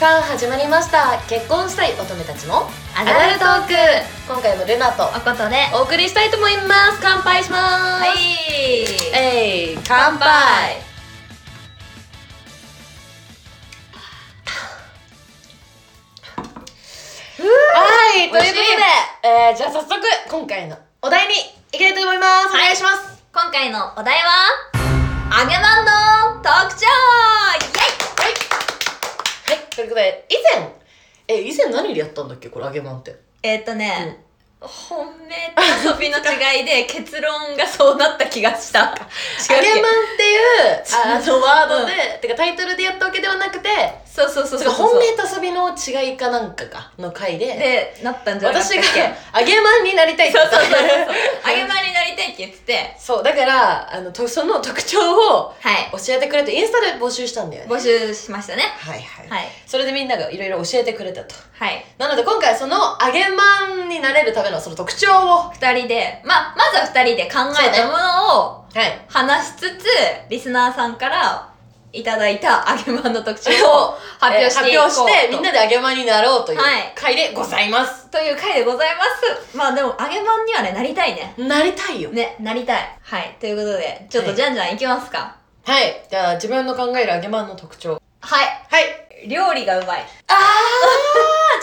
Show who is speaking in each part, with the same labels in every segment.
Speaker 1: さあ始まりました結婚したい乙女たちの
Speaker 2: ア
Speaker 1: アダルトーク今回もルナと
Speaker 2: おことで
Speaker 1: お送りしたいと思います乾杯します、
Speaker 2: い
Speaker 1: えい乾杯はいということで、えー、じゃあ早速今回のお題にいきたいと思います、
Speaker 2: はい
Speaker 1: お願いします
Speaker 2: 今回のお題は揚げまんの特徴
Speaker 1: はいはいということで以前え以前何でやったんだっけこれ揚げまんって
Speaker 2: イエイえーっとね、本命と遊びの違 いで結論がそうなった気がした
Speaker 1: 揚
Speaker 2: 違うっ
Speaker 1: げ
Speaker 2: け
Speaker 1: まんっていうああのワードで、
Speaker 2: う
Speaker 1: てかタイトルでやったわけではなくて
Speaker 2: そうそうそう
Speaker 1: て
Speaker 2: そ
Speaker 1: か
Speaker 2: う
Speaker 1: 本命と遊びの違いかなんかかの回で
Speaker 2: でなったんじゃなかった
Speaker 1: 私
Speaker 2: っけ
Speaker 1: が揚げまんになりたいって言った
Speaker 2: そうそう そう揚げまんになりたいって言ってて
Speaker 1: そうだからあのとその特徴を
Speaker 2: はい
Speaker 1: 教えてくれてインスタで募集したんだよね
Speaker 2: 募集しましたね
Speaker 1: はいはい、
Speaker 2: はい
Speaker 1: それでみんながいろいろ教えてくれたと
Speaker 2: はい
Speaker 1: なので今回はその揚げまんになれるためのその特徴をは
Speaker 2: 二人でまあまずは二人で考えたものを
Speaker 1: い
Speaker 2: 話しつつリスナーさんからいただいた揚げまんの特徴を
Speaker 1: を
Speaker 2: 発表していこう
Speaker 1: 発表してみんなで揚げまんになろうという
Speaker 2: はい
Speaker 1: 回でございます、
Speaker 2: という回でございますまあでも揚げまんにはねなりたいね
Speaker 1: なりたいよ
Speaker 2: ねなりたいはいということでちょっ
Speaker 1: は
Speaker 2: と
Speaker 1: い
Speaker 2: じゃんじゃんいきますか
Speaker 1: はいじゃあ自分の考える揚げまんの特徴
Speaker 2: はい、
Speaker 1: はい
Speaker 2: 料理がうまい
Speaker 1: あ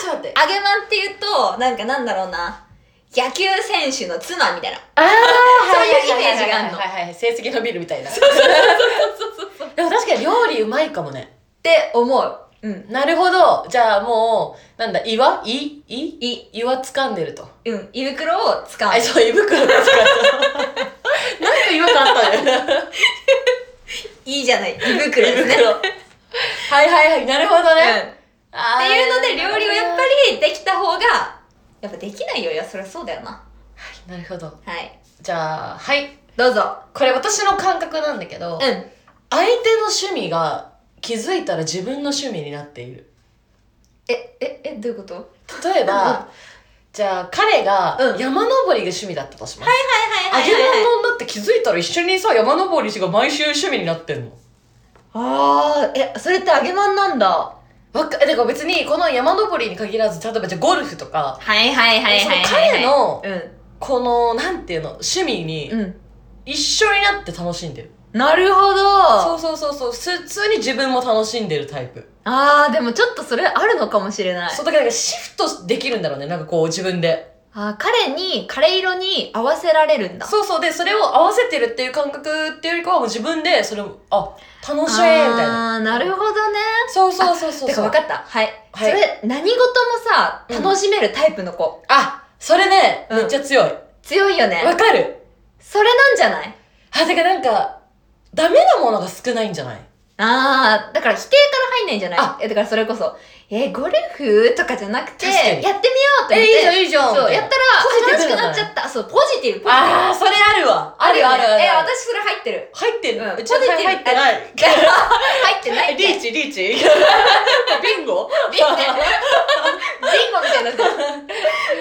Speaker 1: ー ちょっと待って
Speaker 2: 揚げまんっていうとなんかなんだろうな野球選手の妻みたいな
Speaker 1: ああ
Speaker 2: そういうイメージがあんの
Speaker 1: はいはいはい成績伸びるみたいなでも確かに料理うまいかもね
Speaker 2: って思ううん
Speaker 1: なるほどじゃあもうなんだ岩いい
Speaker 2: い
Speaker 1: 岩掴んでると
Speaker 2: うん胃袋を使う
Speaker 1: あそう胃袋が掴んでるなんか違和感あったね
Speaker 2: いいじゃない胃袋ですね、
Speaker 1: はいはいはいなるほど
Speaker 2: うん
Speaker 1: ね、あ
Speaker 2: っ
Speaker 1: ー
Speaker 2: ていうので料理をやっぱりできた方がやっぱできないよいやそりゃそうだよな
Speaker 1: なるほど
Speaker 2: はい
Speaker 1: じゃあはい
Speaker 2: どうぞ
Speaker 1: これ私の感覚なんだけど、
Speaker 2: うん
Speaker 1: 相手の趣味が気づいたら自分の趣味になっている
Speaker 2: えええどういうことはい
Speaker 1: 例えば、
Speaker 2: う
Speaker 1: じゃあ彼が
Speaker 2: うん
Speaker 1: 山登りが趣味だったとします、
Speaker 2: は
Speaker 1: 揚げ物になって気づいたら一緒にさ山登りしが毎週趣味になってんの
Speaker 2: ああえそれって揚げまんなんだは
Speaker 1: わかえだから別にこの山登りに限らず例えばじゃあゴルフとか
Speaker 2: いはいはいはいはい
Speaker 1: その
Speaker 2: 彼の
Speaker 1: このなんていうの趣味に
Speaker 2: うんうん
Speaker 1: 一緒になって楽しんでる、
Speaker 2: なるほ
Speaker 1: そ
Speaker 2: ど
Speaker 1: うそうそうそうす普通に自分も楽しんでるタイプ、
Speaker 2: あーでもちょっとそれあるのかもしれない
Speaker 1: そうだからなんかシフトできるんだろうねなんかこう自分で
Speaker 2: あー彼に彼色に合わせられるんだ
Speaker 1: そうそうでそれを合わせてるっていう感覚っていうよりかはもう自分でそれをあ楽しいみたいな
Speaker 2: あーなるほどね
Speaker 1: そうそうそうそう
Speaker 2: てか
Speaker 1: そう
Speaker 2: 分かったはい、
Speaker 1: はい
Speaker 2: それ何事もさ
Speaker 1: うん
Speaker 2: 楽しめるタイプの子、
Speaker 1: あそれね、
Speaker 2: うん
Speaker 1: めっちゃ強い
Speaker 2: 強いよね
Speaker 1: わかる
Speaker 2: それなんじゃない
Speaker 1: あ、てかなんか、ダメなものが少ないんじゃない
Speaker 2: ああ、だから否定から入んないんじゃない
Speaker 1: あ
Speaker 2: え、だからそれこそ、えーゴルフとかじゃなくて、
Speaker 1: 確か
Speaker 2: やっ
Speaker 1: に
Speaker 2: てみようと思って。
Speaker 1: ん、いいじゃ
Speaker 2: そう、やったら、
Speaker 1: ポ
Speaker 2: 楽
Speaker 1: ジ
Speaker 2: し
Speaker 1: ティブなの
Speaker 2: くな
Speaker 1: ね
Speaker 2: っちゃった。そう、ポジティブ、ポジティブ。
Speaker 1: あー、それあるわ。あるよあるあ
Speaker 2: よね
Speaker 1: る
Speaker 2: えー
Speaker 1: ある。
Speaker 2: 私それ入ってる。
Speaker 1: 入ってる。
Speaker 2: うん
Speaker 1: うちの
Speaker 2: ポジティブ
Speaker 1: 入ってない。
Speaker 2: 入ってないって。
Speaker 1: リ
Speaker 2: ビン
Speaker 1: ーチ、リーチ。ビンゴ
Speaker 2: ビンゴみたいに なってる。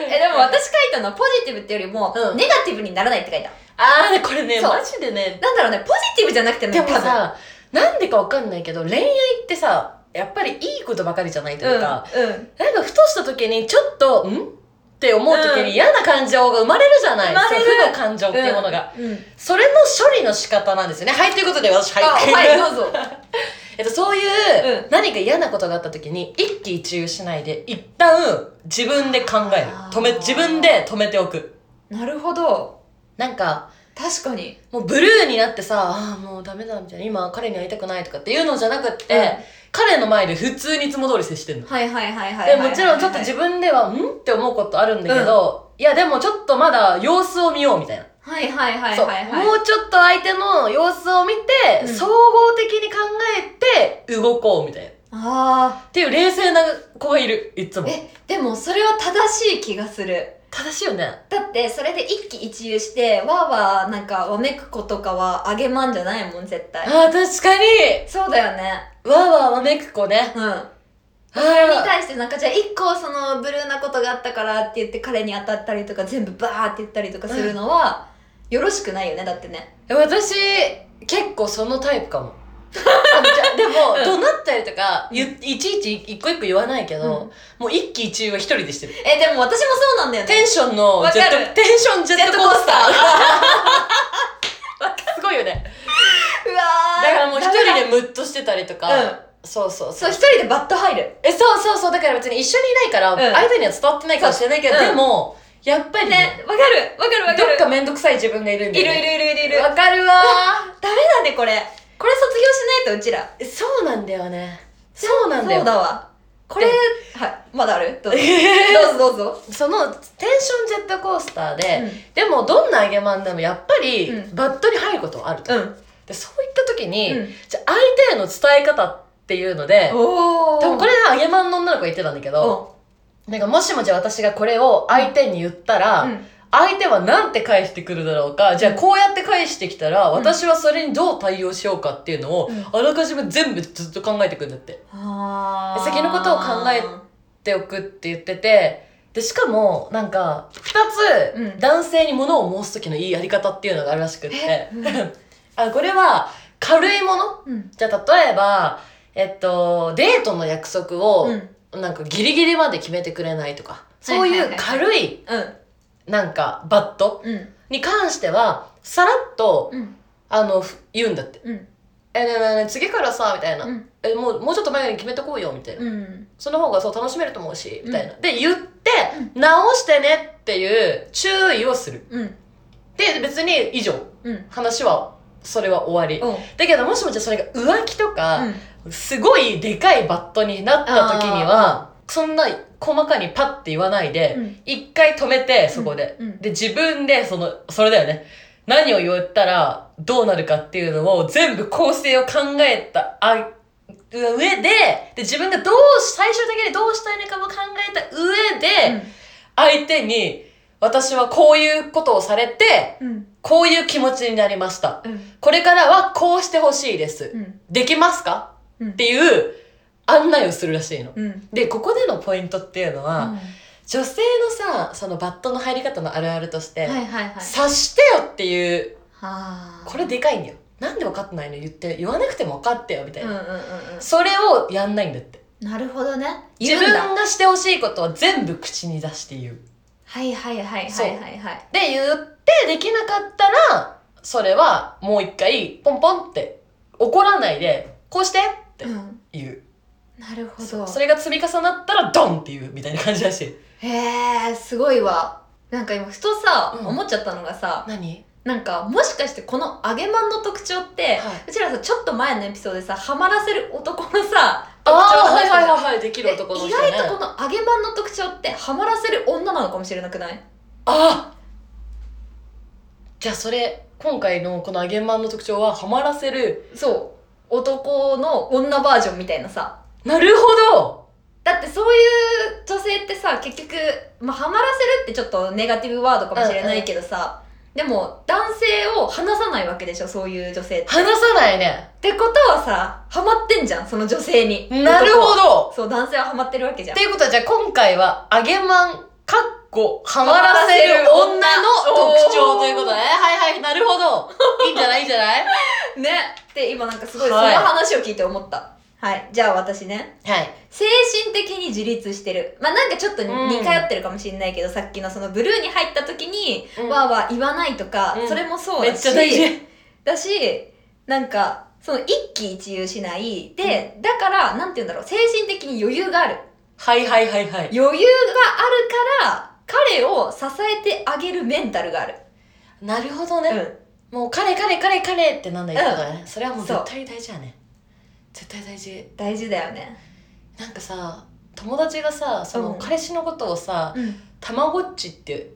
Speaker 2: え、でも私書いたのはポジティブってよりも、
Speaker 1: うん
Speaker 2: ネガティブにならないって書いた。
Speaker 1: あー、これね、
Speaker 2: そう
Speaker 1: マジでね。
Speaker 2: なんだろうね、ポジティブじゃなくてね、
Speaker 1: でも
Speaker 2: 多分。
Speaker 1: さ、なんでかわかんないけど、恋愛ってさ、やっぱりいいことばかりじゃないというか、
Speaker 2: うん。うん。
Speaker 1: なんかふとした時にちょっと、んって思う時
Speaker 2: うん
Speaker 1: に嫌な感情が生まれるじゃない、
Speaker 2: 生まれる
Speaker 1: そう負の感情っていうものが、
Speaker 2: うん。
Speaker 1: それの処理の仕方なんですよねはいということで私はい
Speaker 2: あ、はい、どうぞ。
Speaker 1: えっと、そういう
Speaker 2: う、ん
Speaker 1: 何か嫌なことがあった時に、一喜一憂しないで、一旦、自分で考える
Speaker 2: あ。ー
Speaker 1: 止め、自分で止めておく。
Speaker 2: なるほど。
Speaker 1: なんか、
Speaker 2: 確かに。
Speaker 1: もうブルーになってさ、ああ、もうダメだ、みたいな。今、彼に会いたくないとかっていうのじゃなくって、
Speaker 2: うん
Speaker 1: 彼の前で普通にいつも通り接してんの。
Speaker 2: はいはいはいはいはい
Speaker 1: で
Speaker 2: はい。
Speaker 1: もちろんちょっと自分では、んって思うことあるんだけど、いやでもちょっとまだ様子を見ようみたいな。
Speaker 2: はいはいはい
Speaker 1: そう。
Speaker 2: はいはい。
Speaker 1: もうちょっと相手の様子を見て、
Speaker 2: うん
Speaker 1: 総合的に考えて動こうみたいな。
Speaker 2: あ
Speaker 1: っていう冷静な子がいるいつ
Speaker 2: あ
Speaker 1: も
Speaker 2: えでもそれは正しい気がする
Speaker 1: 正しいよね
Speaker 2: だってそれで一喜一憂してわーわーなんかわめく子とかはあげまんじゃないもん絶対
Speaker 1: あー確かに
Speaker 2: そうだよね
Speaker 1: わーわーわめく子ね
Speaker 2: うん
Speaker 1: あ
Speaker 2: それに
Speaker 1: ー
Speaker 2: 対してなんかじゃあ一個そのブルーなことがあったからって言って彼に当たったりとか全部バーって言ったりとかするのはよろしくないよねだってね
Speaker 1: 私結構そのタイプかもあじゃあでも、
Speaker 2: うん
Speaker 1: 怒鳴ったりとか、ゆいちいち一個一個言わないけど、もう一喜一憂は一人でしてる。
Speaker 2: え、でも私もそうなんだよね。
Speaker 1: テンションの
Speaker 2: わ
Speaker 1: ジェ
Speaker 2: か
Speaker 1: ッ
Speaker 2: る
Speaker 1: ト、テンションジェットコースター。すごいよね。
Speaker 2: うわ
Speaker 1: だ
Speaker 2: ー
Speaker 1: からもう一
Speaker 2: ダメ
Speaker 1: 人でムッとしてたりと
Speaker 2: だうん
Speaker 1: か、。そうそう
Speaker 2: そ、
Speaker 1: そうう
Speaker 2: 一。人でバット入る。
Speaker 1: え、そうそうそう。だから別に一緒にいないから、
Speaker 2: うん
Speaker 1: 相手には伝わってないかもしれないけど、
Speaker 2: そう
Speaker 1: でも、やっぱりね、
Speaker 2: ね、わかるわかるわか
Speaker 1: どっ
Speaker 2: る。
Speaker 1: かめんどくさい自分がいるん
Speaker 2: い
Speaker 1: だ
Speaker 2: るい
Speaker 1: よ
Speaker 2: る
Speaker 1: ね。
Speaker 2: いるいるいる。
Speaker 1: わかるわ
Speaker 2: ダメだね、これ。これ卒業しないと、うちら。
Speaker 1: ー。そうなんだよね。そうなんだよ。
Speaker 2: そうだわ。これ、
Speaker 1: で
Speaker 2: はい。まだあるどうぞどうぞどうぞ。
Speaker 1: そのテンションジェットコースターで、
Speaker 2: うん
Speaker 1: でもどんな揚げまんでもやっぱり、
Speaker 2: うん
Speaker 1: バットに入ることはあると、
Speaker 2: うん。
Speaker 1: でそういった時に、
Speaker 2: うん
Speaker 1: じゃあ相手への伝え方っていうので
Speaker 2: おー。
Speaker 1: 多分これ揚げまんの女の子が言ってたんだけど、なんかもしもじゃあ私がこれを相手に言ったら、
Speaker 2: うん。うん
Speaker 1: 相手は何て返してくるだろうか、じゃあこうやって返してきたら、私はそれにどう対応しようかっていうのを、
Speaker 2: うん
Speaker 1: あらかじめ全部ずっと考えてくんだって。
Speaker 2: あー
Speaker 1: 先のことを考えっておくって言ってて、で、しかも、なんか、二
Speaker 2: うん
Speaker 1: つ、男性に物を申す時のいいやり方っていうのがあるらしくって
Speaker 2: え、うん
Speaker 1: あ、これは、軽いもの
Speaker 2: うん。
Speaker 1: じゃあ、例えば、えっと、デートの約束を
Speaker 2: う、ん。
Speaker 1: なんかギリギリまで決めてくれないとか、そうい
Speaker 2: はいはいうはい
Speaker 1: 軽い、なんか、バット
Speaker 2: うん。
Speaker 1: に関しては、さらっと、
Speaker 2: うん。
Speaker 1: あの、ふ言うんだって。
Speaker 2: うん。
Speaker 1: え、ねえねえねえ次からさ、みたいな。
Speaker 2: うん
Speaker 1: え、もう、もうちょっと前に決めとこうよ、みたいな。
Speaker 2: うん。
Speaker 1: その方がそう楽しめると思うし、
Speaker 2: うん
Speaker 1: みたいな。で、言って、
Speaker 2: う
Speaker 1: 直してねっていう注意をする。
Speaker 2: うん。
Speaker 1: で、別に以上。
Speaker 2: うん。
Speaker 1: 話は、それは終わり。
Speaker 2: おう
Speaker 1: だけど、もしもじゃあそれが浮気と
Speaker 2: う
Speaker 1: か、
Speaker 2: ん
Speaker 1: すごいでかいバットになった時には、そんな細かにパッて言わないで、
Speaker 2: うん
Speaker 1: 一回止めて、そこで。
Speaker 2: うんうん
Speaker 1: で、自分で、その、それだよね。何を言ったらどうなるかっていうのを全部構成を考えたあ上で、で、自分がどうし、最終的にどうしたいのかも考えた上で、相手に、私はこういうことをされて、
Speaker 2: うん。
Speaker 1: こういう気持ちになりました。
Speaker 2: うん。
Speaker 1: これからはこうしてほしいです。
Speaker 2: うん。
Speaker 1: できますか
Speaker 2: うん。
Speaker 1: っていう案内をするらしいの。
Speaker 2: うん。
Speaker 1: で、ここでのポイントっていうのは、
Speaker 2: うん
Speaker 1: 女性のさ、そのバットの入り方のあるあるとして、
Speaker 2: はいはいはい。
Speaker 1: 察してよっていう、
Speaker 2: はあ
Speaker 1: これでかいんだよ。なんで分かってないの言って、言わなくても分かってよ、みたい
Speaker 2: うん
Speaker 1: な。
Speaker 2: うんうん
Speaker 1: それをやんないんだって。
Speaker 2: うん。なるほどね。
Speaker 1: 自
Speaker 2: 言うんだ
Speaker 1: 分がしてほしいことは全部口に出して言う。
Speaker 2: はいはいはいはいはいはい。
Speaker 1: で、言ってできなかったら、それはもう一回、ポンポンって、怒らないで、こうしてって
Speaker 2: うん。
Speaker 1: 言う。
Speaker 2: なるほ
Speaker 1: そ
Speaker 2: ど。
Speaker 1: それが積み重なったら、ドンって言う、みたいな感じらしい。
Speaker 2: へえ、すごいわ。なんか今ふとさ、
Speaker 1: うん
Speaker 2: 思っちゃったのがさ、
Speaker 1: 何
Speaker 2: なんかもしかしてこの揚げまんの特徴って、
Speaker 1: は
Speaker 2: うちらさちょっと前のエピソードでさハマらせる男のさ
Speaker 1: ああ、は
Speaker 2: 特
Speaker 1: い
Speaker 2: 徴を
Speaker 1: はい
Speaker 2: 話
Speaker 1: はいはい、でき
Speaker 2: して
Speaker 1: る
Speaker 2: た
Speaker 1: 男の
Speaker 2: え
Speaker 1: 人、
Speaker 2: 意
Speaker 1: ね。
Speaker 2: 外とこの揚げまんの特徴ってハマらせる女なのかもしれなくない
Speaker 1: あじゃあそれ今回のこの揚げまんの特徴はハマらせる
Speaker 2: そう男の女バージョンみたいなさ
Speaker 1: なるほど
Speaker 2: だってそういう女性ってさ結局、まあ、ハマらせるってちょっとネガティブワードかもしれないけどさ、でも男性を離さないわけでしょそういう女性って。
Speaker 1: 話さないね
Speaker 2: ってことはさハマってんじゃんその女性に。
Speaker 1: なるほ
Speaker 2: ど
Speaker 1: ど
Speaker 2: そう男性はハマってるわけじゃん
Speaker 1: っ。ていうことはじゃあ今回は揚げまんかっこハマらせる女の特徴ということねはいはいなるほどいいんじゃないいいんじゃない
Speaker 2: ねで今なんかすごいその
Speaker 1: はい
Speaker 2: 話を聞いて思ったはい、じゃあ私ね
Speaker 1: はい
Speaker 2: 精神的に自立してるまあなんかちょっとに
Speaker 1: うん
Speaker 2: 似通ってるかもしれないけど、さっきのそのブルーに入った時に、
Speaker 1: うん
Speaker 2: わーわー言わないとか、
Speaker 1: うん
Speaker 2: それもそう
Speaker 1: め
Speaker 2: だ
Speaker 1: っ
Speaker 2: し
Speaker 1: ちゃ大事
Speaker 2: だしなんかその一喜一憂しないで、だからなんて言うんだろう精神的に余裕がある
Speaker 1: はいはいはいはい
Speaker 2: 余裕があるから彼を支えてあげるメンタルがある、
Speaker 1: なるほど
Speaker 2: う
Speaker 1: ね、
Speaker 2: ん、
Speaker 1: もう彼彼彼彼ってなんだ言ってたからね、それはもう
Speaker 2: そう
Speaker 1: 絶対大事やね絶対大事
Speaker 2: 大事だよね
Speaker 1: なんかさ友達がさその
Speaker 2: うん
Speaker 1: 彼氏のことをさ
Speaker 2: うん
Speaker 1: 「たまごっち」って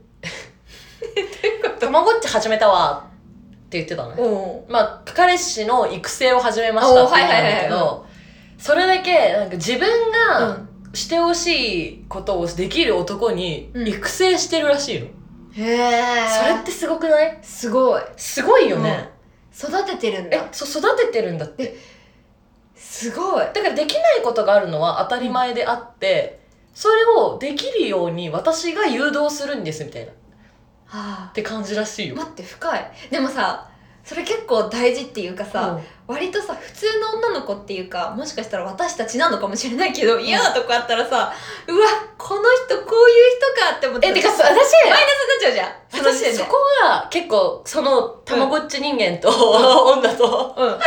Speaker 1: 「たまごっち始めたわ」って言ってたのね
Speaker 2: おう
Speaker 1: まあ彼氏の育成を始めましたって言ったんだけ
Speaker 2: おーはいはいはい
Speaker 1: どそれだけなんか自分
Speaker 2: う
Speaker 1: が
Speaker 2: ん
Speaker 1: してほしいことをできる男に
Speaker 2: うん
Speaker 1: 育成してるらしいの、
Speaker 2: へえ
Speaker 1: それってすごくない
Speaker 2: すごい
Speaker 1: すごいよね、
Speaker 2: 育ててるん
Speaker 1: え
Speaker 2: だ
Speaker 1: そ育ててるんだって
Speaker 2: すごい
Speaker 1: だからできないことがあるのは当たり前であって、それをできるように私が誘導するんですみたいなっ
Speaker 2: はあ
Speaker 1: て感じらしいよ。
Speaker 2: 待って深いでもさそれ結構大事っていうかさ、
Speaker 1: うん
Speaker 2: 割とさ普通の女の子っていうかもしかしたら私たちなのかもしれないけど嫌なとこあったらさ、うわこの人こういう人かって思って
Speaker 1: えてかさ
Speaker 2: マイナ
Speaker 1: 私
Speaker 2: スになっちゃうじゃんその時
Speaker 1: 私
Speaker 2: 点で
Speaker 1: そこは結構そのたまごっち人間と、女と
Speaker 2: うん、
Speaker 1: 違う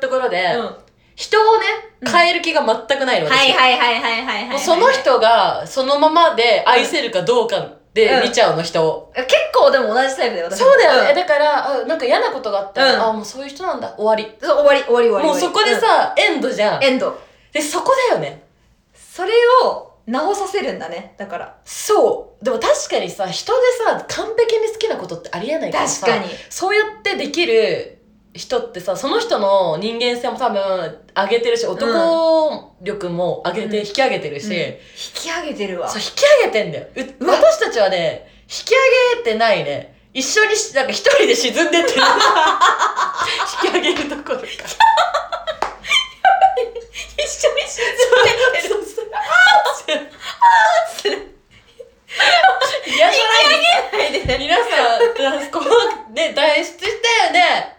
Speaker 1: ところで、
Speaker 2: うん
Speaker 1: 人をね
Speaker 2: うん
Speaker 1: 変える気が全くないの、
Speaker 2: はい
Speaker 1: 私
Speaker 2: はいはいはいはいは
Speaker 1: もう
Speaker 2: い。
Speaker 1: その人がそのままで愛せるかどうかで見ちゃうの人を、
Speaker 2: 結構でも同じタイプだよ、私も
Speaker 1: そうだよね、
Speaker 2: ん
Speaker 1: だからあなんか嫌なことがあったら、
Speaker 2: うん
Speaker 1: あもうそういう人なんだ終わり
Speaker 2: そう終わり終わり終わり。
Speaker 1: もうそこでさ、エンドじゃん
Speaker 2: うん、エンド。
Speaker 1: でそこだよね
Speaker 2: それを直させるんだね、だから。
Speaker 1: そうでも確かにさ人でさ完璧に好きなことってありえないから
Speaker 2: 確
Speaker 1: さ
Speaker 2: かに。
Speaker 1: そうやってできる人ってさその人の人間性も多分上げてるし男力も上げて、
Speaker 2: うん
Speaker 1: 引き上げてるし、
Speaker 2: うん引き上げてるわ
Speaker 1: そう。 引き上げてんだよう
Speaker 2: うわ
Speaker 1: 私たちはね引き上げてないね一緒にしなんか一人で沈んでって引き上げるところか
Speaker 2: 一緒に沈んでる。
Speaker 1: 嫌じゃない
Speaker 2: はいでね
Speaker 1: 皆さん、こう、ね、脱出したよね。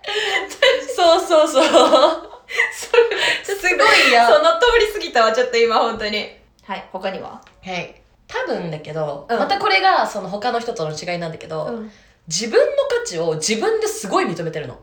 Speaker 1: そうそうそう。
Speaker 2: す
Speaker 1: すごいや
Speaker 2: その通り過ぎたわ、ちょっと今、本当に。はい、他には
Speaker 1: はい。多分だけど、
Speaker 2: うん
Speaker 1: またこれがその他の人との違いなんだけど、自分の価値を自分ですごい認めてるの。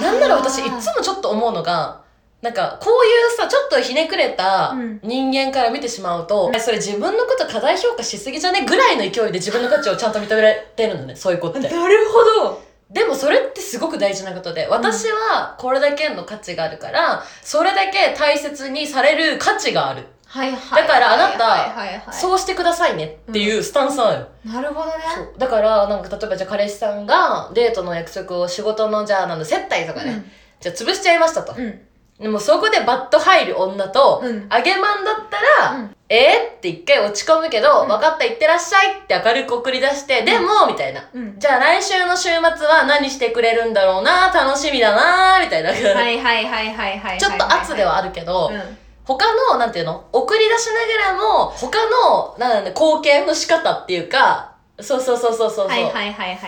Speaker 1: なんなら私い
Speaker 2: あー
Speaker 1: つもちょっと思うのが、なんかこういうさ、ちょっとひねくれた
Speaker 2: うん
Speaker 1: 人間から見てしまうと、それ自分のこと過大評価しすぎじゃねぐらいの勢いで自分の価値をちゃんと認められてるのね、そういう子って。
Speaker 2: なるほど。
Speaker 1: でもそれってすごく大事なことで、私はこれだけの価値があるから、それだけ大切にされる価値がある。
Speaker 2: はいはい。
Speaker 1: だからあなた
Speaker 2: はいはいはいはい、
Speaker 1: そうしてくださいねっていうスタンスなのよ。
Speaker 2: なるほどね。
Speaker 1: そうだから、なんか例えばじゃあ彼氏さんがデートの約束を仕事のじゃあなんだ、接待とかね、じゃあ潰しちゃいましたと。
Speaker 2: うん。うん。
Speaker 1: でもそこでバッと入る女と、
Speaker 2: うん
Speaker 1: あげまんだったら、
Speaker 2: うん
Speaker 1: えーって一回落ち込むけど、
Speaker 2: うん
Speaker 1: 分かった、行ってらっしゃいって明るく送り出して、でも、みたいな。
Speaker 2: うん。
Speaker 1: じゃあ来週の週末は何してくれるんだろうな楽しみだなみたいな。
Speaker 2: はいはいはいはいはいはい。
Speaker 1: ちょっと圧ではあるけど、
Speaker 2: うん。
Speaker 1: 他の、なんていうの送り出しながらも、他の、なんだ、貢献の仕方っていうか、そうそうそうそうそうそう、
Speaker 2: はいはいはいはいはい。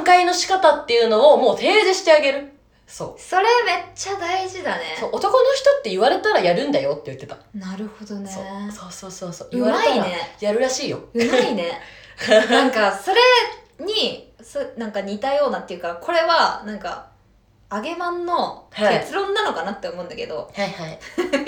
Speaker 1: 挽回の仕方っていうのをもう提示してあげる。そう。
Speaker 2: それめっちゃ大事だね。
Speaker 1: そう男の人って言われたらやるんだよって言ってた。
Speaker 2: なるほどね。
Speaker 1: そうそうそうそうそう。
Speaker 2: うまい
Speaker 1: ら
Speaker 2: ね。
Speaker 1: やるらしい よ。
Speaker 2: うま いね。なんか、それに、そなんか似たようなっていうか、これは、なんか、揚げまんの
Speaker 1: はい
Speaker 2: 結論なのかなって思うんだけど、
Speaker 1: はいはい。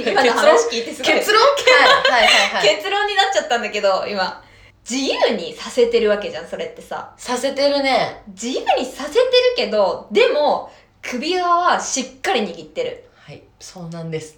Speaker 2: 今の話聞いてすごい。
Speaker 1: 結論はいはいはい。
Speaker 2: 結論になっちゃったんだけど、今。自由にさせてるわけじゃん、それってさ。
Speaker 1: させてるね。
Speaker 2: 自由にさせてるけど、でも、首輪はしっかり握ってる。
Speaker 1: はい。そうなん です。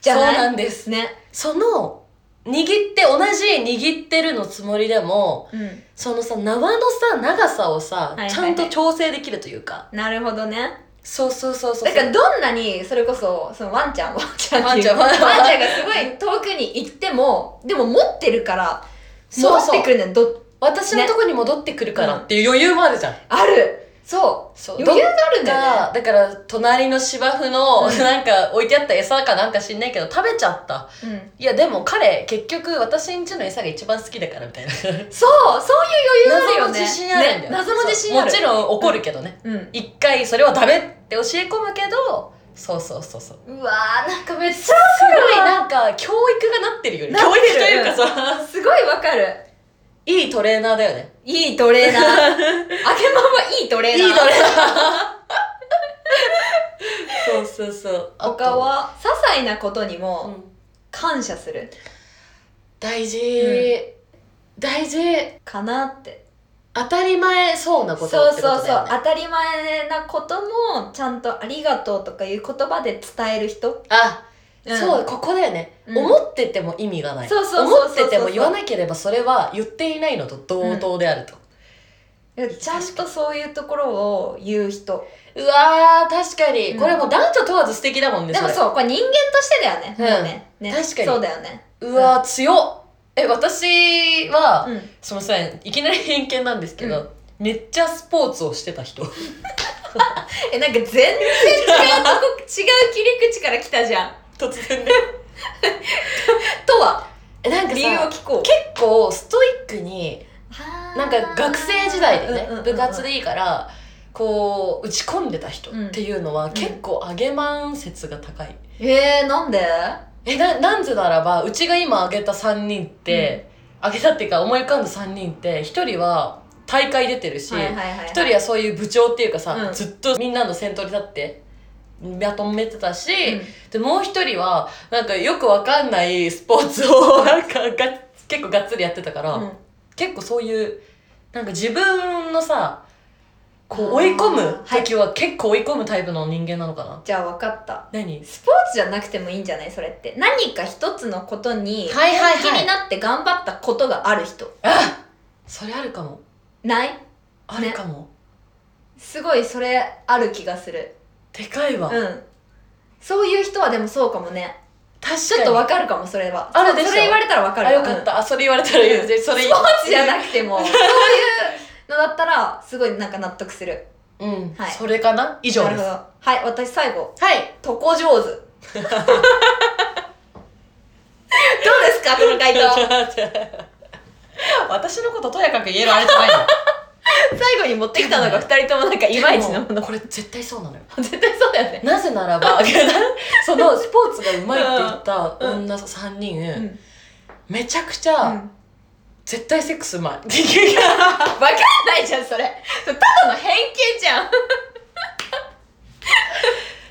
Speaker 1: じゃないそうなんです。
Speaker 2: ね。
Speaker 1: その、握って、同じ握ってるのつもりでも、
Speaker 2: うん。
Speaker 1: そのさ、縄のさ、長さをさ
Speaker 2: は、いはいはい
Speaker 1: ちゃんと調整できるというか。
Speaker 2: なるほどね。
Speaker 1: そうそうそうそう。
Speaker 2: だからどんなにそれこそそのワンちゃんワンちゃんっていう
Speaker 1: ワ
Speaker 2: ワ
Speaker 1: ン
Speaker 2: ン
Speaker 1: ち
Speaker 2: ち
Speaker 1: ゃん
Speaker 2: ゃんがすごい遠くに行ってもでも持ってるから
Speaker 1: そうそう
Speaker 2: 戻ってくるんだよど
Speaker 1: 私のとこに戻ってくるからっていう余裕もあるじゃん。
Speaker 2: あるそう
Speaker 1: そう。
Speaker 2: 余裕があるんだよ
Speaker 1: が、だから、隣の芝生の、
Speaker 2: うん
Speaker 1: なんか、置いてあった餌かなんか知んないけど、食べちゃった。
Speaker 2: ね、
Speaker 1: いやでも彼結局私んちの餌が一番好きだからみたいな
Speaker 2: うん、そうそういう余裕あるよ
Speaker 1: 謎の
Speaker 2: ね
Speaker 1: 自信あるんだよ、
Speaker 2: ね謎の自信ある
Speaker 1: そうもちろん怒るけどね、
Speaker 2: うん
Speaker 1: 一回それはダメって教え込むけどそうそうそうそう
Speaker 2: うわーなんかめっちゃ
Speaker 1: すごい
Speaker 2: わ
Speaker 1: なんか教育がなってるよね
Speaker 2: なっ
Speaker 1: 教
Speaker 2: てる
Speaker 1: 育というか
Speaker 2: うん
Speaker 1: その
Speaker 2: すごいわかる
Speaker 1: いいトレーナーだよね
Speaker 2: いいトレ ーナーあげまんはいいトレーナー
Speaker 1: いいトレーナー そうそうそうあと
Speaker 2: 他は些細なことに
Speaker 1: う
Speaker 2: も
Speaker 1: ん
Speaker 2: 感謝する
Speaker 1: 大事、
Speaker 2: う
Speaker 1: 大事
Speaker 2: かなって
Speaker 1: 当たり前そうなことって
Speaker 2: そう
Speaker 1: こと
Speaker 2: そう
Speaker 1: だよ
Speaker 2: そう
Speaker 1: ね
Speaker 2: 当たり前なこともちゃんと「ありがとう」とかいう言葉で伝える人、
Speaker 1: あそうう、ここだよね、
Speaker 2: うん
Speaker 1: 思ってても意味がない。
Speaker 2: そうそうそうそうそう
Speaker 1: 思ってても言わなければそれは言っていないのと同等であると。
Speaker 2: んちゃんとそういうところを言う人
Speaker 1: うわー、確かに。
Speaker 2: うん
Speaker 1: これもう男女問わず素敵だもんね。
Speaker 2: でも
Speaker 1: う。
Speaker 2: そうこれ人間としてだよね,、
Speaker 1: うん
Speaker 2: もうねね
Speaker 1: 確かに
Speaker 2: そうだよね
Speaker 1: うわー、強っ。え、私は、
Speaker 2: うん
Speaker 1: すみません、いきなり偏見なんですけど、
Speaker 2: う
Speaker 1: めっちゃスポーツをしてた人。
Speaker 2: えなんか全然違うとこ違う切り口から来たじゃん
Speaker 1: 突然ね。
Speaker 2: とは
Speaker 1: えなんか
Speaker 2: 理由
Speaker 1: さ、
Speaker 2: を聞こう
Speaker 1: 結構ストイックに、なんか学生時代でね、部活
Speaker 2: で
Speaker 1: でいいから、こう打ち込んでた人っていうのは
Speaker 2: ん
Speaker 1: 結構上げまん説が高い、
Speaker 2: えー、なんで
Speaker 1: えななんぜならばうちが今挙げた3人って、挙げたっていうか思い浮かんだ3人って1人は大会出てるし、
Speaker 2: はいはいはいはい
Speaker 1: 一人はそういう部長っていうかさ、
Speaker 2: うん
Speaker 1: ずっとみんなの先頭に立ってまとめてたし、
Speaker 2: うん
Speaker 1: でもう一人はなんかよくわかんないスポーツをなんかが結構がっつりやってたから、
Speaker 2: うん
Speaker 1: 結構そういうなんか自分のさこ
Speaker 2: あ
Speaker 1: う
Speaker 2: ー
Speaker 1: 追い込む時は結構追い込むタイプの人間なのかな、
Speaker 2: じゃあ分かった
Speaker 1: 何
Speaker 2: スポーツじゃなくてもいいんじゃないそれって何か一つのことに
Speaker 1: はいはいはい
Speaker 2: 気になって頑張ったことがある人
Speaker 1: あそれあるかも
Speaker 2: ない
Speaker 1: あるかも、
Speaker 2: すごいそれある気がする
Speaker 1: でかいわ、
Speaker 2: うんそういう人はでもそうかもね
Speaker 1: 確かに
Speaker 2: ちょっと分かるかもそれは
Speaker 1: あるでしょ
Speaker 2: それ言われたら分か
Speaker 1: あ
Speaker 2: る
Speaker 1: よかった、あそれ言われたら言うそれ
Speaker 2: スポーツじゃ
Speaker 1: い
Speaker 2: なく てもそういうのだったらすごいなんか納得する
Speaker 1: うん、
Speaker 2: はい
Speaker 1: それかな以上
Speaker 2: な
Speaker 1: で
Speaker 2: る
Speaker 1: す
Speaker 2: ほどはい私最後
Speaker 1: はい
Speaker 2: 「床上手」どうですかこの回答
Speaker 1: 私のこととやかく言えるあれじゃない
Speaker 2: 最後に持ってきた のが2人ともなんか
Speaker 1: の
Speaker 2: いまいちのも
Speaker 1: で
Speaker 2: の
Speaker 1: もこれ絶対そうなのよ
Speaker 2: 絶対 そうだよね
Speaker 1: なぜならばそのスポーツがうまいって言った
Speaker 2: うん
Speaker 1: 女3人、
Speaker 2: うん
Speaker 1: めちゃくち
Speaker 2: う
Speaker 1: ゃ、
Speaker 2: ん
Speaker 1: 絶対セックスうまい
Speaker 2: 分かんないじゃんそれそれただの偏見じゃん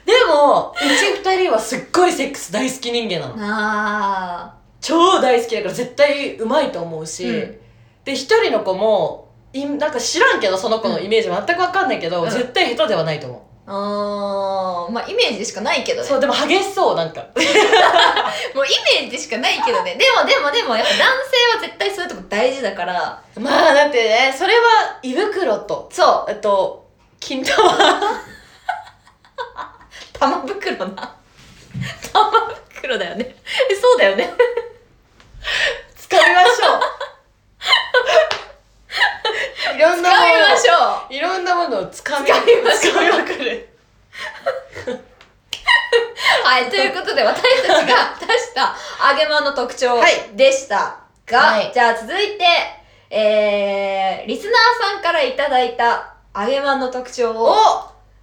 Speaker 1: でもうち2人はすっごいセックス大好き人間なの
Speaker 2: あ
Speaker 1: 超大好きだから絶対うまいと思うし、
Speaker 2: うん
Speaker 1: で1人の子もいなんか知らんけどその子のイメージ全く分かんないけど、
Speaker 2: うん
Speaker 1: 絶対下手ではないと思
Speaker 2: ーあーまあイメージでしかないけ
Speaker 1: う、
Speaker 2: どね
Speaker 1: そうでも激しそうなんか
Speaker 2: もうイメージでしかないけどねでもでもでもやっぱ男性は絶対そういうとこ大事だから
Speaker 1: まあだってねそれは胃袋と
Speaker 2: そ
Speaker 1: えっと金玉
Speaker 2: う玉袋な玉袋だよねえそうだよね
Speaker 1: 使いまし ょういろん
Speaker 2: 使い
Speaker 1: なも
Speaker 2: ましょ
Speaker 1: のいろんなものをつかみ
Speaker 2: 使いましょう
Speaker 1: 掴みまくる
Speaker 2: うはいということで私たちが出した揚げまんの特徴
Speaker 1: はい
Speaker 2: でしたが、
Speaker 1: はい
Speaker 2: じゃあ続いてえー、リスナーさんからいただいた揚げまんの特徴
Speaker 1: お
Speaker 2: を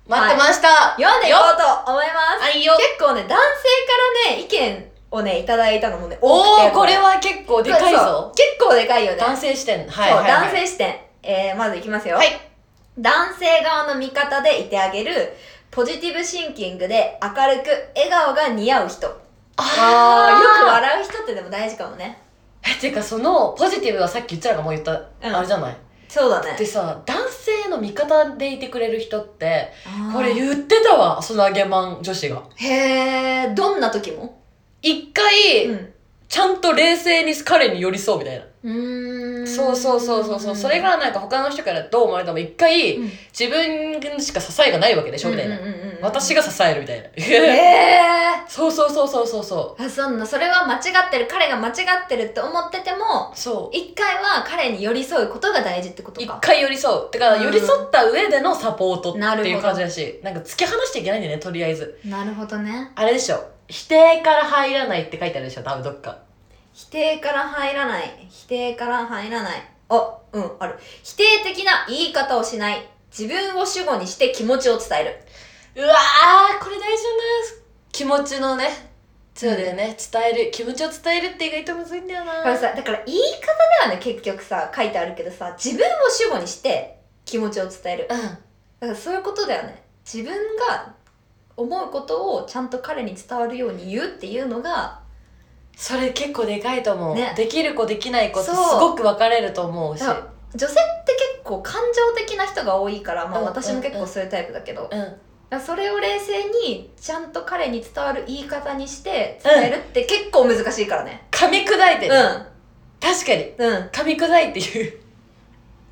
Speaker 1: 待ってました、
Speaker 2: 読んでいこうと思います
Speaker 1: い、いよ
Speaker 2: 結構ね男性からね意見をねいただいたのもね多く
Speaker 1: おお
Speaker 2: て
Speaker 1: これは結構でかい
Speaker 2: そう
Speaker 1: ぞ
Speaker 2: 結構でかいよね
Speaker 1: 男性視点はい
Speaker 2: そう、
Speaker 1: はいはい
Speaker 2: 男性視点、えー、まずいきますよ、
Speaker 1: はい
Speaker 2: 男性側の味方でいてあげるポジティブシンキングで明るく笑顔が似合う人
Speaker 1: あ
Speaker 2: よく
Speaker 1: あよ
Speaker 2: 笑う人ってでも大事かもね
Speaker 1: くえっていうかそのポジティブはさっき言っちゃうかもう言った、
Speaker 2: うん
Speaker 1: あれじゃない
Speaker 2: そうだね
Speaker 1: でさ男性の味方でいてくれる人ってこれ
Speaker 2: う
Speaker 1: 言ってたわその揚げまん女子が
Speaker 2: へえどんな時も
Speaker 1: 一回、
Speaker 2: うん
Speaker 1: ちゃんと冷静に彼に寄り添うみたいな。
Speaker 2: うーん
Speaker 1: そうそうそうそうそう。それがなんか他の人からどう思われても一回、
Speaker 2: うん
Speaker 1: 自分しか支えがないわけでしょみたいな。私が支えるみたいな。
Speaker 2: へえ
Speaker 1: そうそうそうそうそうそ
Speaker 2: あそんなそれは間違ってる彼が間違ってるって思ってても
Speaker 1: う。そう。
Speaker 2: 一回は彼に寄り添うことが大事ってこと
Speaker 1: 一
Speaker 2: か
Speaker 1: 回寄り添う。だから
Speaker 2: うん
Speaker 1: 寄り添った上でのサポート
Speaker 2: なる
Speaker 1: って
Speaker 2: ほ
Speaker 1: い
Speaker 2: ど
Speaker 1: う感じだし、なんか突き放していけないんだよね、とりあえず。
Speaker 2: なるほどね
Speaker 1: あれでしょ。否定から入らないって書いてあるでしょ、多分どっか。
Speaker 2: 否定から入らない否定から入らないあうんある否定的な言い方をしない自分を主語にして気持ちを伝える
Speaker 1: うわー、これ大事な気持ちのね、そうだよね、伝える。気持ちを伝えるって意外とむずいんだよな。
Speaker 2: これさだから言い方ではね結局さ書いてあるけどさ自分を主語にして気持ちを伝える
Speaker 1: うん。
Speaker 2: だからそういうことだよね自分が思うことをちゃんと彼に伝わるように言うっていうのが
Speaker 1: それ結構でかいと思う、
Speaker 2: ね
Speaker 1: できる子できない子ってす
Speaker 2: そう
Speaker 1: ごく分かれると思うし
Speaker 2: だ女性って結構感情的な人が多いから、まあ、
Speaker 1: うん
Speaker 2: 私も結構そういうタイプだけど、
Speaker 1: うん
Speaker 2: だからそれを冷静にちゃんと彼に伝わる言い方にして伝えるって結構難しいからね
Speaker 1: 噛み砕いてる、
Speaker 2: う
Speaker 1: 確かに
Speaker 2: んうん
Speaker 1: 噛み砕いて いう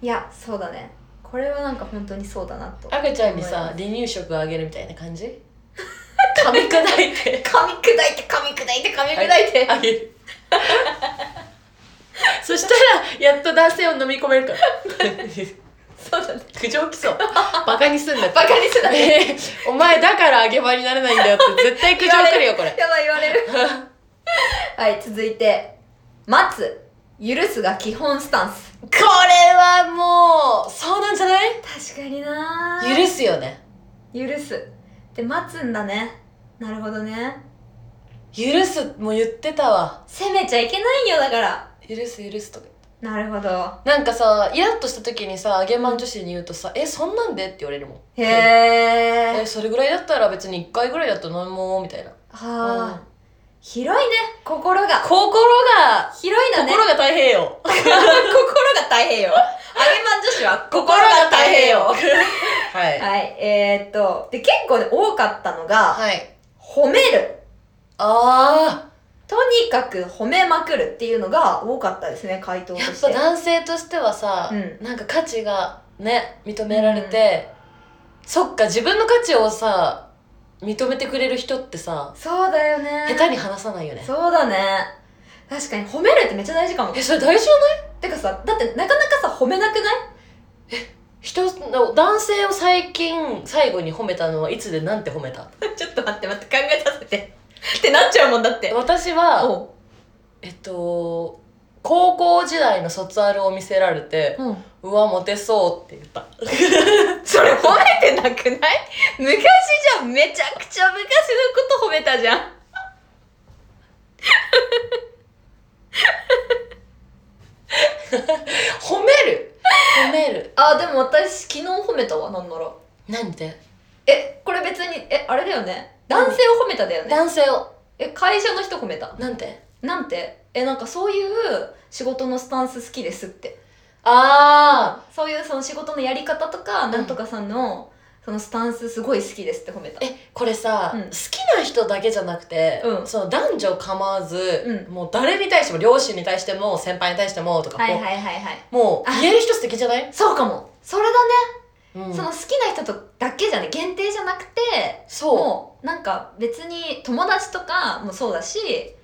Speaker 2: いやそうだねこれはなんか本当にそうだなと
Speaker 1: 赤ちゃんにさ
Speaker 2: 思
Speaker 1: 離乳食あげるみたいな感じ 噛み砕いて
Speaker 2: 噛み砕いて噛み砕いて噛み砕いて
Speaker 1: あげるそしたらやっと男性を飲み込めるから
Speaker 2: そうだね
Speaker 1: 苦情来そうバカにすんなって
Speaker 2: バカにすんなっ
Speaker 1: えーお前だから揚げ場になれないんだよって絶対苦情来るよこれ
Speaker 2: やばい言わ れるはい続いて待つ許すが基本スタンス
Speaker 1: これははもう、そうなんじゃない
Speaker 2: 確かにな
Speaker 1: 許すよね。
Speaker 2: 許すで待つんだねなるほどね
Speaker 1: 許す、もう言ってたわ。
Speaker 2: 責めちゃいけないよだから
Speaker 1: 許す許すとか。
Speaker 2: なるほど
Speaker 1: なんかさ、イラッとした時にさ、ゲンマン女子に言うとさ、え、そんなんでって言われるもん。
Speaker 2: へ
Speaker 1: え、
Speaker 2: え
Speaker 1: それぐらいだったら別に1回ぐらいだったら何も、みたいな。う
Speaker 2: は
Speaker 1: ん
Speaker 2: あ広いね心が
Speaker 1: 心が、
Speaker 2: 広いんだね
Speaker 1: 心が太平洋。
Speaker 2: 心が太平洋アゲマン女子は心が太平洋
Speaker 1: はい。
Speaker 2: はいえー、っとで結構ね多かったのが、
Speaker 1: はい。
Speaker 2: 褒める
Speaker 1: あ
Speaker 2: とにかく褒めまくるっていうのが多かったですね回答
Speaker 1: あ、
Speaker 2: と
Speaker 1: やっ
Speaker 2: し
Speaker 1: ぱ
Speaker 2: て
Speaker 1: 男性としてはさ、
Speaker 2: う
Speaker 1: なんか価値がね、認められて、そっか、自分の価値をさ、認めてくれる人ってさ、
Speaker 2: そうだよね
Speaker 1: 下手に話さないよね。
Speaker 2: そうだね確かに褒めるってめっちゃ大事かも
Speaker 1: え、それ大事じゃない
Speaker 2: てかさだってなかなかさ褒めなくない
Speaker 1: 人の、男性を最近、最後に褒めたのはいつでなんて褒めた
Speaker 2: ちょっと待って待って考えさせて ってなっちゃうもんだって
Speaker 1: 私は、
Speaker 2: お
Speaker 1: えっと、高校時代の卒アルを見せられて、
Speaker 2: うん、
Speaker 1: うわ、モテそうって言った。
Speaker 2: それ褒めてなくない 昔じゃんめちゃくちゃ昔のこと褒めたじゃん
Speaker 1: 褒める褒める。
Speaker 2: あでも私昨日褒めたわなんなら
Speaker 1: なんで
Speaker 2: えこれ別にえあれだよね男性を褒めただよね
Speaker 1: 男性を。
Speaker 2: え会社の人褒めた
Speaker 1: なんて
Speaker 2: なんてえなんかそういう仕事のスタンス好きですって
Speaker 1: あ
Speaker 2: そういうその仕事のやり方とか、
Speaker 1: ん
Speaker 2: なんとかさんのそのスタンスすごい好きですって褒めた
Speaker 1: ー。え、これさ、
Speaker 2: うん
Speaker 1: 好きな人だけじゃなくて、
Speaker 2: うん
Speaker 1: その男女構わず、
Speaker 2: うん
Speaker 1: もう誰に対しても、両親に対しても、先輩に対しても、とか、
Speaker 2: はい
Speaker 1: こ
Speaker 2: は
Speaker 1: う
Speaker 2: いはいはい
Speaker 1: もう
Speaker 2: あ
Speaker 1: 言える人素敵じゃない、
Speaker 2: そうかもそれだね、
Speaker 1: うん
Speaker 2: その好きな人とだけじゃね限定じゃなくて
Speaker 1: そう
Speaker 2: もうなんか別に友達とかもそうだし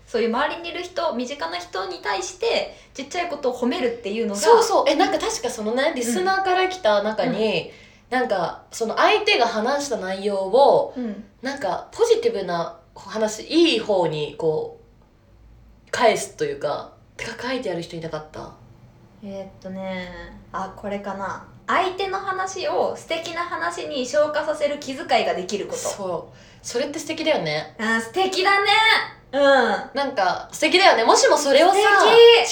Speaker 2: そういう周りにいる人身近な人に対してちっちゃいことを褒めるっていうのが
Speaker 1: そうそうえなんか確かそのねリスナーから来た中に、なんかその相手が話した内容を
Speaker 2: う、ん、
Speaker 1: なんかポジティブな話いい方にこう返すというかてか書いてある人いなかった
Speaker 2: えーっとねあこれかな相手の話を素敵な話に昇華させる気遣いができること
Speaker 1: そうそれって素敵だよね
Speaker 2: あ素敵だねうん
Speaker 1: なんか素敵だよねもしもそれをさ
Speaker 2: 素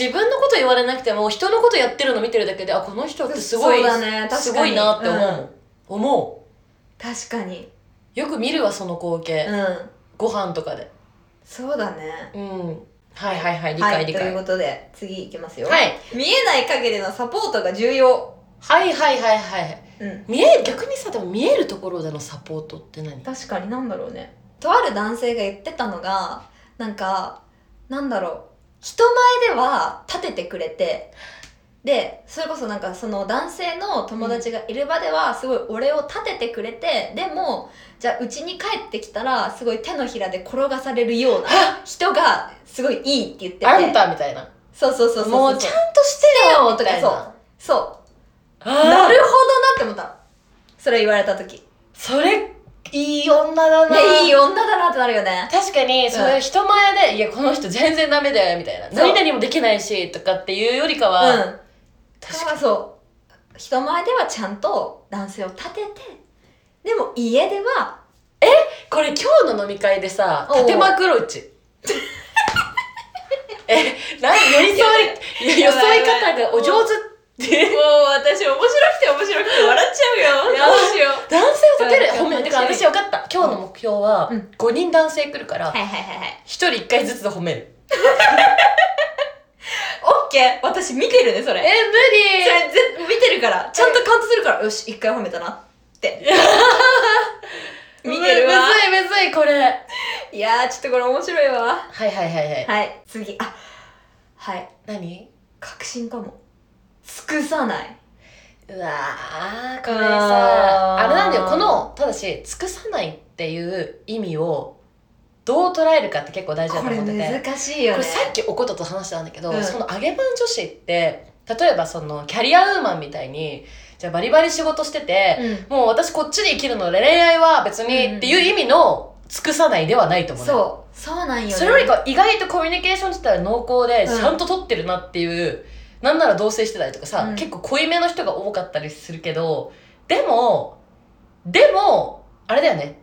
Speaker 1: 自分のこと言われなくても人のことやってるの見てるだけであこの人ってすごい、
Speaker 2: そうだね確かに
Speaker 1: すごいなって思うもん、
Speaker 2: ん
Speaker 1: 思
Speaker 2: 確かに
Speaker 1: うよく見るわその光景、
Speaker 2: うん
Speaker 1: ご飯とかで
Speaker 2: そうだね
Speaker 1: うんはいはいはい理
Speaker 2: は
Speaker 1: 解
Speaker 2: い
Speaker 1: 理
Speaker 2: とい
Speaker 1: 解
Speaker 2: う
Speaker 1: はい
Speaker 2: ことで次いきますよ、
Speaker 1: はい
Speaker 2: 見えない影でのサポートが重要
Speaker 1: はいはいはい
Speaker 2: うん
Speaker 1: 見え逆にさでも見えるところでのサポートって何
Speaker 2: 確かになんだろうねとある男性が言ってたのがなんかなんだろう人前では立ててくれてでそれこそなんかその男性の友達がいる場ではすごい俺を立ててくれて、でもじゃあうちに帰ってきたらすごい手のひらで転がされるような
Speaker 1: あ
Speaker 2: 人がすごいいいって言ってて
Speaker 1: あんたみたいな
Speaker 2: そうそうそうそう
Speaker 1: もうちゃん
Speaker 2: と
Speaker 1: としてよ
Speaker 2: と
Speaker 1: みた
Speaker 2: か
Speaker 1: い
Speaker 2: そう
Speaker 1: な
Speaker 2: そ
Speaker 1: あ
Speaker 2: う
Speaker 1: ー
Speaker 2: なるほどなって思ったのそれ言われた時
Speaker 1: それいい女だな
Speaker 2: ねいい女だなってなるよね
Speaker 1: 確かにそれ人前で、いやこの人全然ダメだよみたいな
Speaker 2: そう
Speaker 1: 何々もできないしとかっていうよりかは、
Speaker 2: うん
Speaker 1: 確
Speaker 2: か
Speaker 1: か
Speaker 2: はそう人前ではちゃんと男性を立ててでも家では
Speaker 1: にこれ今日の飲み会でさ
Speaker 2: おう
Speaker 1: 縦枕打ち えな寄り添いいや
Speaker 2: や
Speaker 1: 寄
Speaker 2: ばい
Speaker 1: せ方がお上手って
Speaker 2: もう私面白くて面白くて笑っちゃう
Speaker 1: よ
Speaker 2: よ
Speaker 1: 男性を立てる
Speaker 2: うん
Speaker 1: 褒めてか
Speaker 2: 確かに
Speaker 1: 私分かった今日の目標は
Speaker 2: うん
Speaker 1: 5人男性来るから
Speaker 2: はいはいはいはい
Speaker 1: 1人1回ずつで褒める
Speaker 2: オッケー私見てるねそ
Speaker 1: え
Speaker 2: れそ
Speaker 1: 無
Speaker 2: れぜ見てるからちゃんとカウントするからよし一回褒めたなって
Speaker 1: 理
Speaker 2: 見てるわ
Speaker 1: むむずいむずいこれはい
Speaker 2: いやーちょっとこれ面白いわ
Speaker 1: はいはいはい
Speaker 2: はい次あはい
Speaker 1: 何
Speaker 2: 確信かも尽くさないう
Speaker 1: わーこれさ
Speaker 2: あー
Speaker 1: あれなんだよこのただし尽くさないっていう意味をどう捉えるかって結構大事だと
Speaker 2: これ
Speaker 1: 思ってて
Speaker 2: 難しいよ
Speaker 1: こ
Speaker 2: ね
Speaker 1: れさっきおことと話したんだけど、
Speaker 2: うん
Speaker 1: その揚げパン女子って例えばそのキャリアウーマンみたいにじゃあバリバリ仕事してて、
Speaker 2: うん
Speaker 1: もう私こっちで生きるので恋愛は別
Speaker 2: う
Speaker 1: に
Speaker 2: ん
Speaker 1: っていう意味の尽くさないではないと思う,、
Speaker 2: そうそうなんよ、ね、
Speaker 1: それよりかは意外とコミュニケーション自体は濃厚で
Speaker 2: う
Speaker 1: ち
Speaker 2: ん
Speaker 1: ゃんと取ってるなっていうなんなら同棲してたりとかさ、
Speaker 2: うん
Speaker 1: 結構濃いめの人が多かったりするけどでもでもあれだよね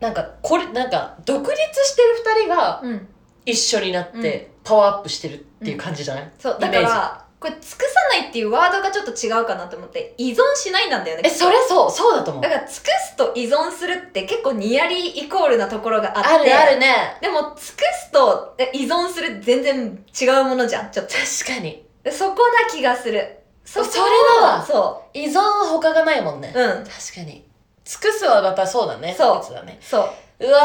Speaker 1: なんかこれなんか独立してる2人が
Speaker 2: うん
Speaker 1: 一緒になってパワーアップしてるっていう感じじゃない、
Speaker 2: そう
Speaker 1: イメ
Speaker 2: だ
Speaker 1: ージ
Speaker 2: からこれ尽くさないっていうワードがちょっと違うかなと思って依存しないなんだよね
Speaker 1: えそれそうそうだと思う
Speaker 2: だから尽くすと依存するって結構ニアリイコールなところがあって
Speaker 1: あるあるね
Speaker 2: でも尽くすとえ依存する全然違うものじゃんちょっと
Speaker 1: 確かに
Speaker 2: でそこな気がするそ
Speaker 1: それだわ
Speaker 2: そ
Speaker 1: 依存は他がないもんね、
Speaker 2: ううん
Speaker 1: 確かに尽くすはやっぱそうだね
Speaker 2: そう
Speaker 1: やつだね
Speaker 2: そう
Speaker 1: うわ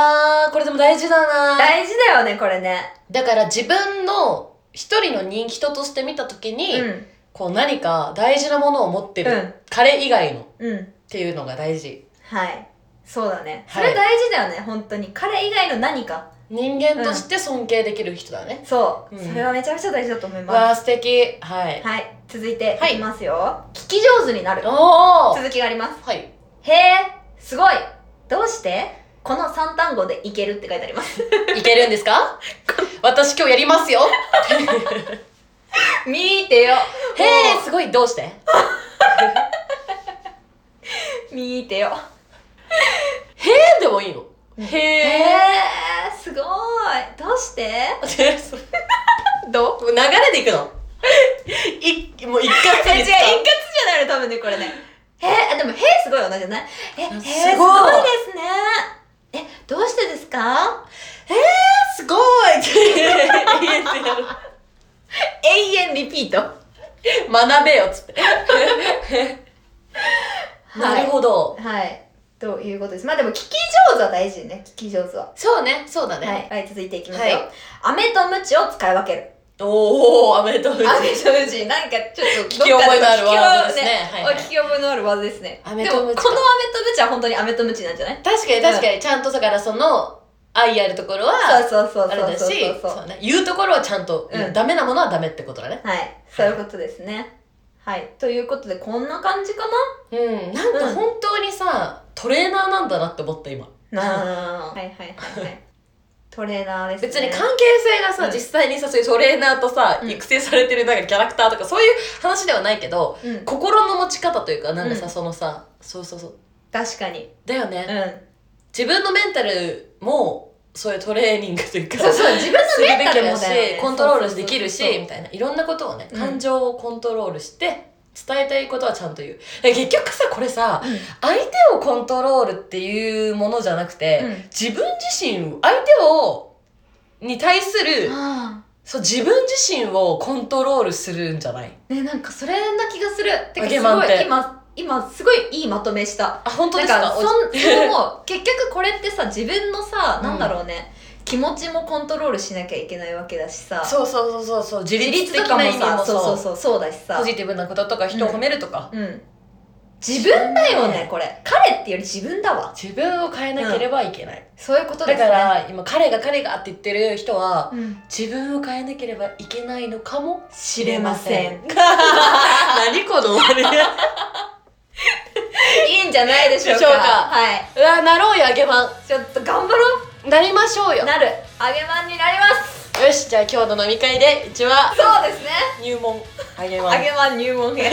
Speaker 1: ーこれでも大事だな
Speaker 2: 大事だよねこれね
Speaker 1: だから自分の一人の人人として見た時に、
Speaker 2: うん
Speaker 1: こう何か大事なものを持ってる、
Speaker 2: うん
Speaker 1: 彼以外のっ
Speaker 2: うん
Speaker 1: ていうのが大事
Speaker 2: はいそうだねそ
Speaker 1: はい
Speaker 2: れ大事だよね、本当に彼以外の何か
Speaker 1: 人間として尊敬できる人だね、
Speaker 2: そう、
Speaker 1: うん
Speaker 2: それはめちゃめちゃ大事だと思い
Speaker 1: わ
Speaker 2: ま
Speaker 1: あ素敵はい、
Speaker 2: すはい続いて
Speaker 1: はい
Speaker 2: いきますよ、聞き上手になる
Speaker 1: おお
Speaker 2: 続きがあります
Speaker 1: はい
Speaker 2: へえすごいどうしてこの3単語でいけるって書いてあります
Speaker 1: いけるんです か私今日やり ますよ
Speaker 2: 見てよ
Speaker 1: へえすごいどうして
Speaker 2: 見てよ
Speaker 1: えでもいいのへ
Speaker 2: へ
Speaker 1: え
Speaker 2: えすごいどうしてどう
Speaker 1: 流れでいくの いもう一
Speaker 2: え
Speaker 1: 括
Speaker 2: 違
Speaker 1: です
Speaker 2: う一括じ
Speaker 1: か
Speaker 2: ゃないの多分ねこれねへえでも「へえ」すごい同じじゃないえへえ
Speaker 1: す
Speaker 2: す
Speaker 1: ご
Speaker 2: ご
Speaker 1: い
Speaker 2: いですねえどうしてですか
Speaker 1: すご いって言えてやる
Speaker 2: 永遠リピート
Speaker 1: 学べよっつって なるほど、
Speaker 2: はいということですまあでも聞き上手は大事ね聞き上手は
Speaker 1: そうねそうだね、
Speaker 2: はい、はい、続いていきますよ、
Speaker 1: はい
Speaker 2: 飴とムチを使い分 ける
Speaker 1: おおアメとムチ
Speaker 2: 飴とムチなんかちょっ と
Speaker 1: 聞き覚えのあるワードですね
Speaker 2: どっか
Speaker 1: はい
Speaker 2: の聞き覚えね聞き覚えのあるワードですねでも
Speaker 1: 飴
Speaker 2: ことの
Speaker 1: ム
Speaker 2: 飴
Speaker 1: チ
Speaker 2: と
Speaker 1: か
Speaker 2: ムチは本当に飴とムチなんじゃない
Speaker 1: 確かに確かに、ちゃんとだからその愛あるところは
Speaker 2: そうそうそう
Speaker 1: あれ
Speaker 2: そ
Speaker 1: だ
Speaker 2: うそう
Speaker 1: し
Speaker 2: そう
Speaker 1: そうね言うところはちゃんと、
Speaker 2: うん
Speaker 1: ダメなものはダメってことだね
Speaker 2: はい、そういうことですね。はい、ということでこんな感じか
Speaker 1: うんなんか
Speaker 2: うん
Speaker 1: 本当にさ、トレーナーなんだなって思った今
Speaker 2: な。なあ。はいはいはいはい。トレーナーです、ね。
Speaker 1: 別に関係性がさ、
Speaker 2: うん
Speaker 1: 実際にさそういうトレーナーとさ、
Speaker 2: うん
Speaker 1: 育成されてるなんかキャラクターとかそういう話ではないけど
Speaker 2: うん、
Speaker 1: 心の持ち方というかなんかさ、
Speaker 2: うん
Speaker 1: そのさそうそうそう
Speaker 2: 確かに。
Speaker 1: だよね、
Speaker 2: うん。
Speaker 1: 自分のメンタルもそういうトレーニングというか
Speaker 2: そうそう、自分
Speaker 1: す
Speaker 2: の
Speaker 1: る
Speaker 2: メ
Speaker 1: べ
Speaker 2: ンタ
Speaker 1: き
Speaker 2: ル
Speaker 1: だ
Speaker 2: も
Speaker 1: し
Speaker 2: だよね
Speaker 1: コントロールできるし
Speaker 2: そうそうそう
Speaker 1: みたいないろんなことをね
Speaker 2: うん
Speaker 1: 感情をコントロールして伝えたいことはちゃんと言うえ結局さこれさ
Speaker 2: そう
Speaker 1: 相手をコントロールっていうものじゃなくて、
Speaker 2: うん
Speaker 1: 自分自身を相手をに対す
Speaker 2: うん。
Speaker 1: る
Speaker 2: あ
Speaker 1: そう自分自身をコントロールするんじゃない
Speaker 2: あ。ね、なんかそれな気がする。てか
Speaker 1: あげ
Speaker 2: す
Speaker 1: まん
Speaker 2: ご
Speaker 1: て
Speaker 2: い今今すごいいいまとめした。
Speaker 1: あ本当ですか
Speaker 2: なんかそ
Speaker 1: お
Speaker 2: んそう思う結局これってさ自分のさ、なんだろうね気持ちもコントロールしなきゃいけないわけだしさ
Speaker 1: そうそうそうそうそう自
Speaker 2: 自
Speaker 1: 立的
Speaker 2: 立とか
Speaker 1: な
Speaker 2: も
Speaker 1: 意味も
Speaker 2: さそうそう
Speaker 1: そう
Speaker 2: そうそうだしさ
Speaker 1: ポジティブなこととか人を褒めるとか、
Speaker 2: うん。自分だよね、これ。彼っていうより自分だわ。
Speaker 1: 自分を変えなければいけない、
Speaker 2: そういうことで
Speaker 1: だ
Speaker 2: す
Speaker 1: か
Speaker 2: ね。
Speaker 1: ら今彼が彼がって言ってる人は
Speaker 2: うん、
Speaker 1: 自分を変えなければいけないのかもし
Speaker 2: れません
Speaker 1: 何この終わり
Speaker 2: いいんじゃないでしょうか。
Speaker 1: でしょうか
Speaker 2: はい。
Speaker 1: うわなろうよあげまん
Speaker 2: ちょっと頑張ろ
Speaker 1: なりましょうよ
Speaker 2: う。なる。あげまんになります。
Speaker 1: よしじゃあ今日の飲み会でうちは
Speaker 2: そうですね。
Speaker 1: 入門あげま
Speaker 2: あ
Speaker 1: ん
Speaker 2: げまん入門 編。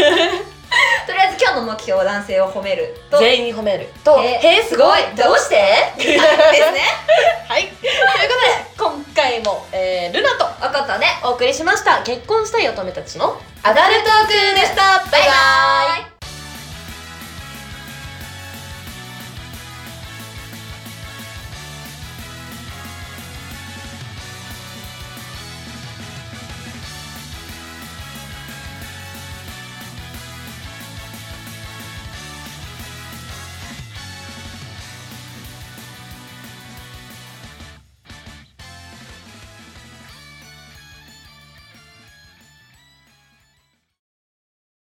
Speaker 2: とりあえず今日の目標は男性を褒めると。
Speaker 1: 全員褒めると
Speaker 2: へ
Speaker 1: へえすごい
Speaker 2: どうして ですね。
Speaker 1: はいということで今回も、えー、ルナと
Speaker 2: おことで、
Speaker 1: お送りしました結婚したい乙女たちの
Speaker 2: アダルトークでした。バイバ
Speaker 1: バイバ
Speaker 2: イ。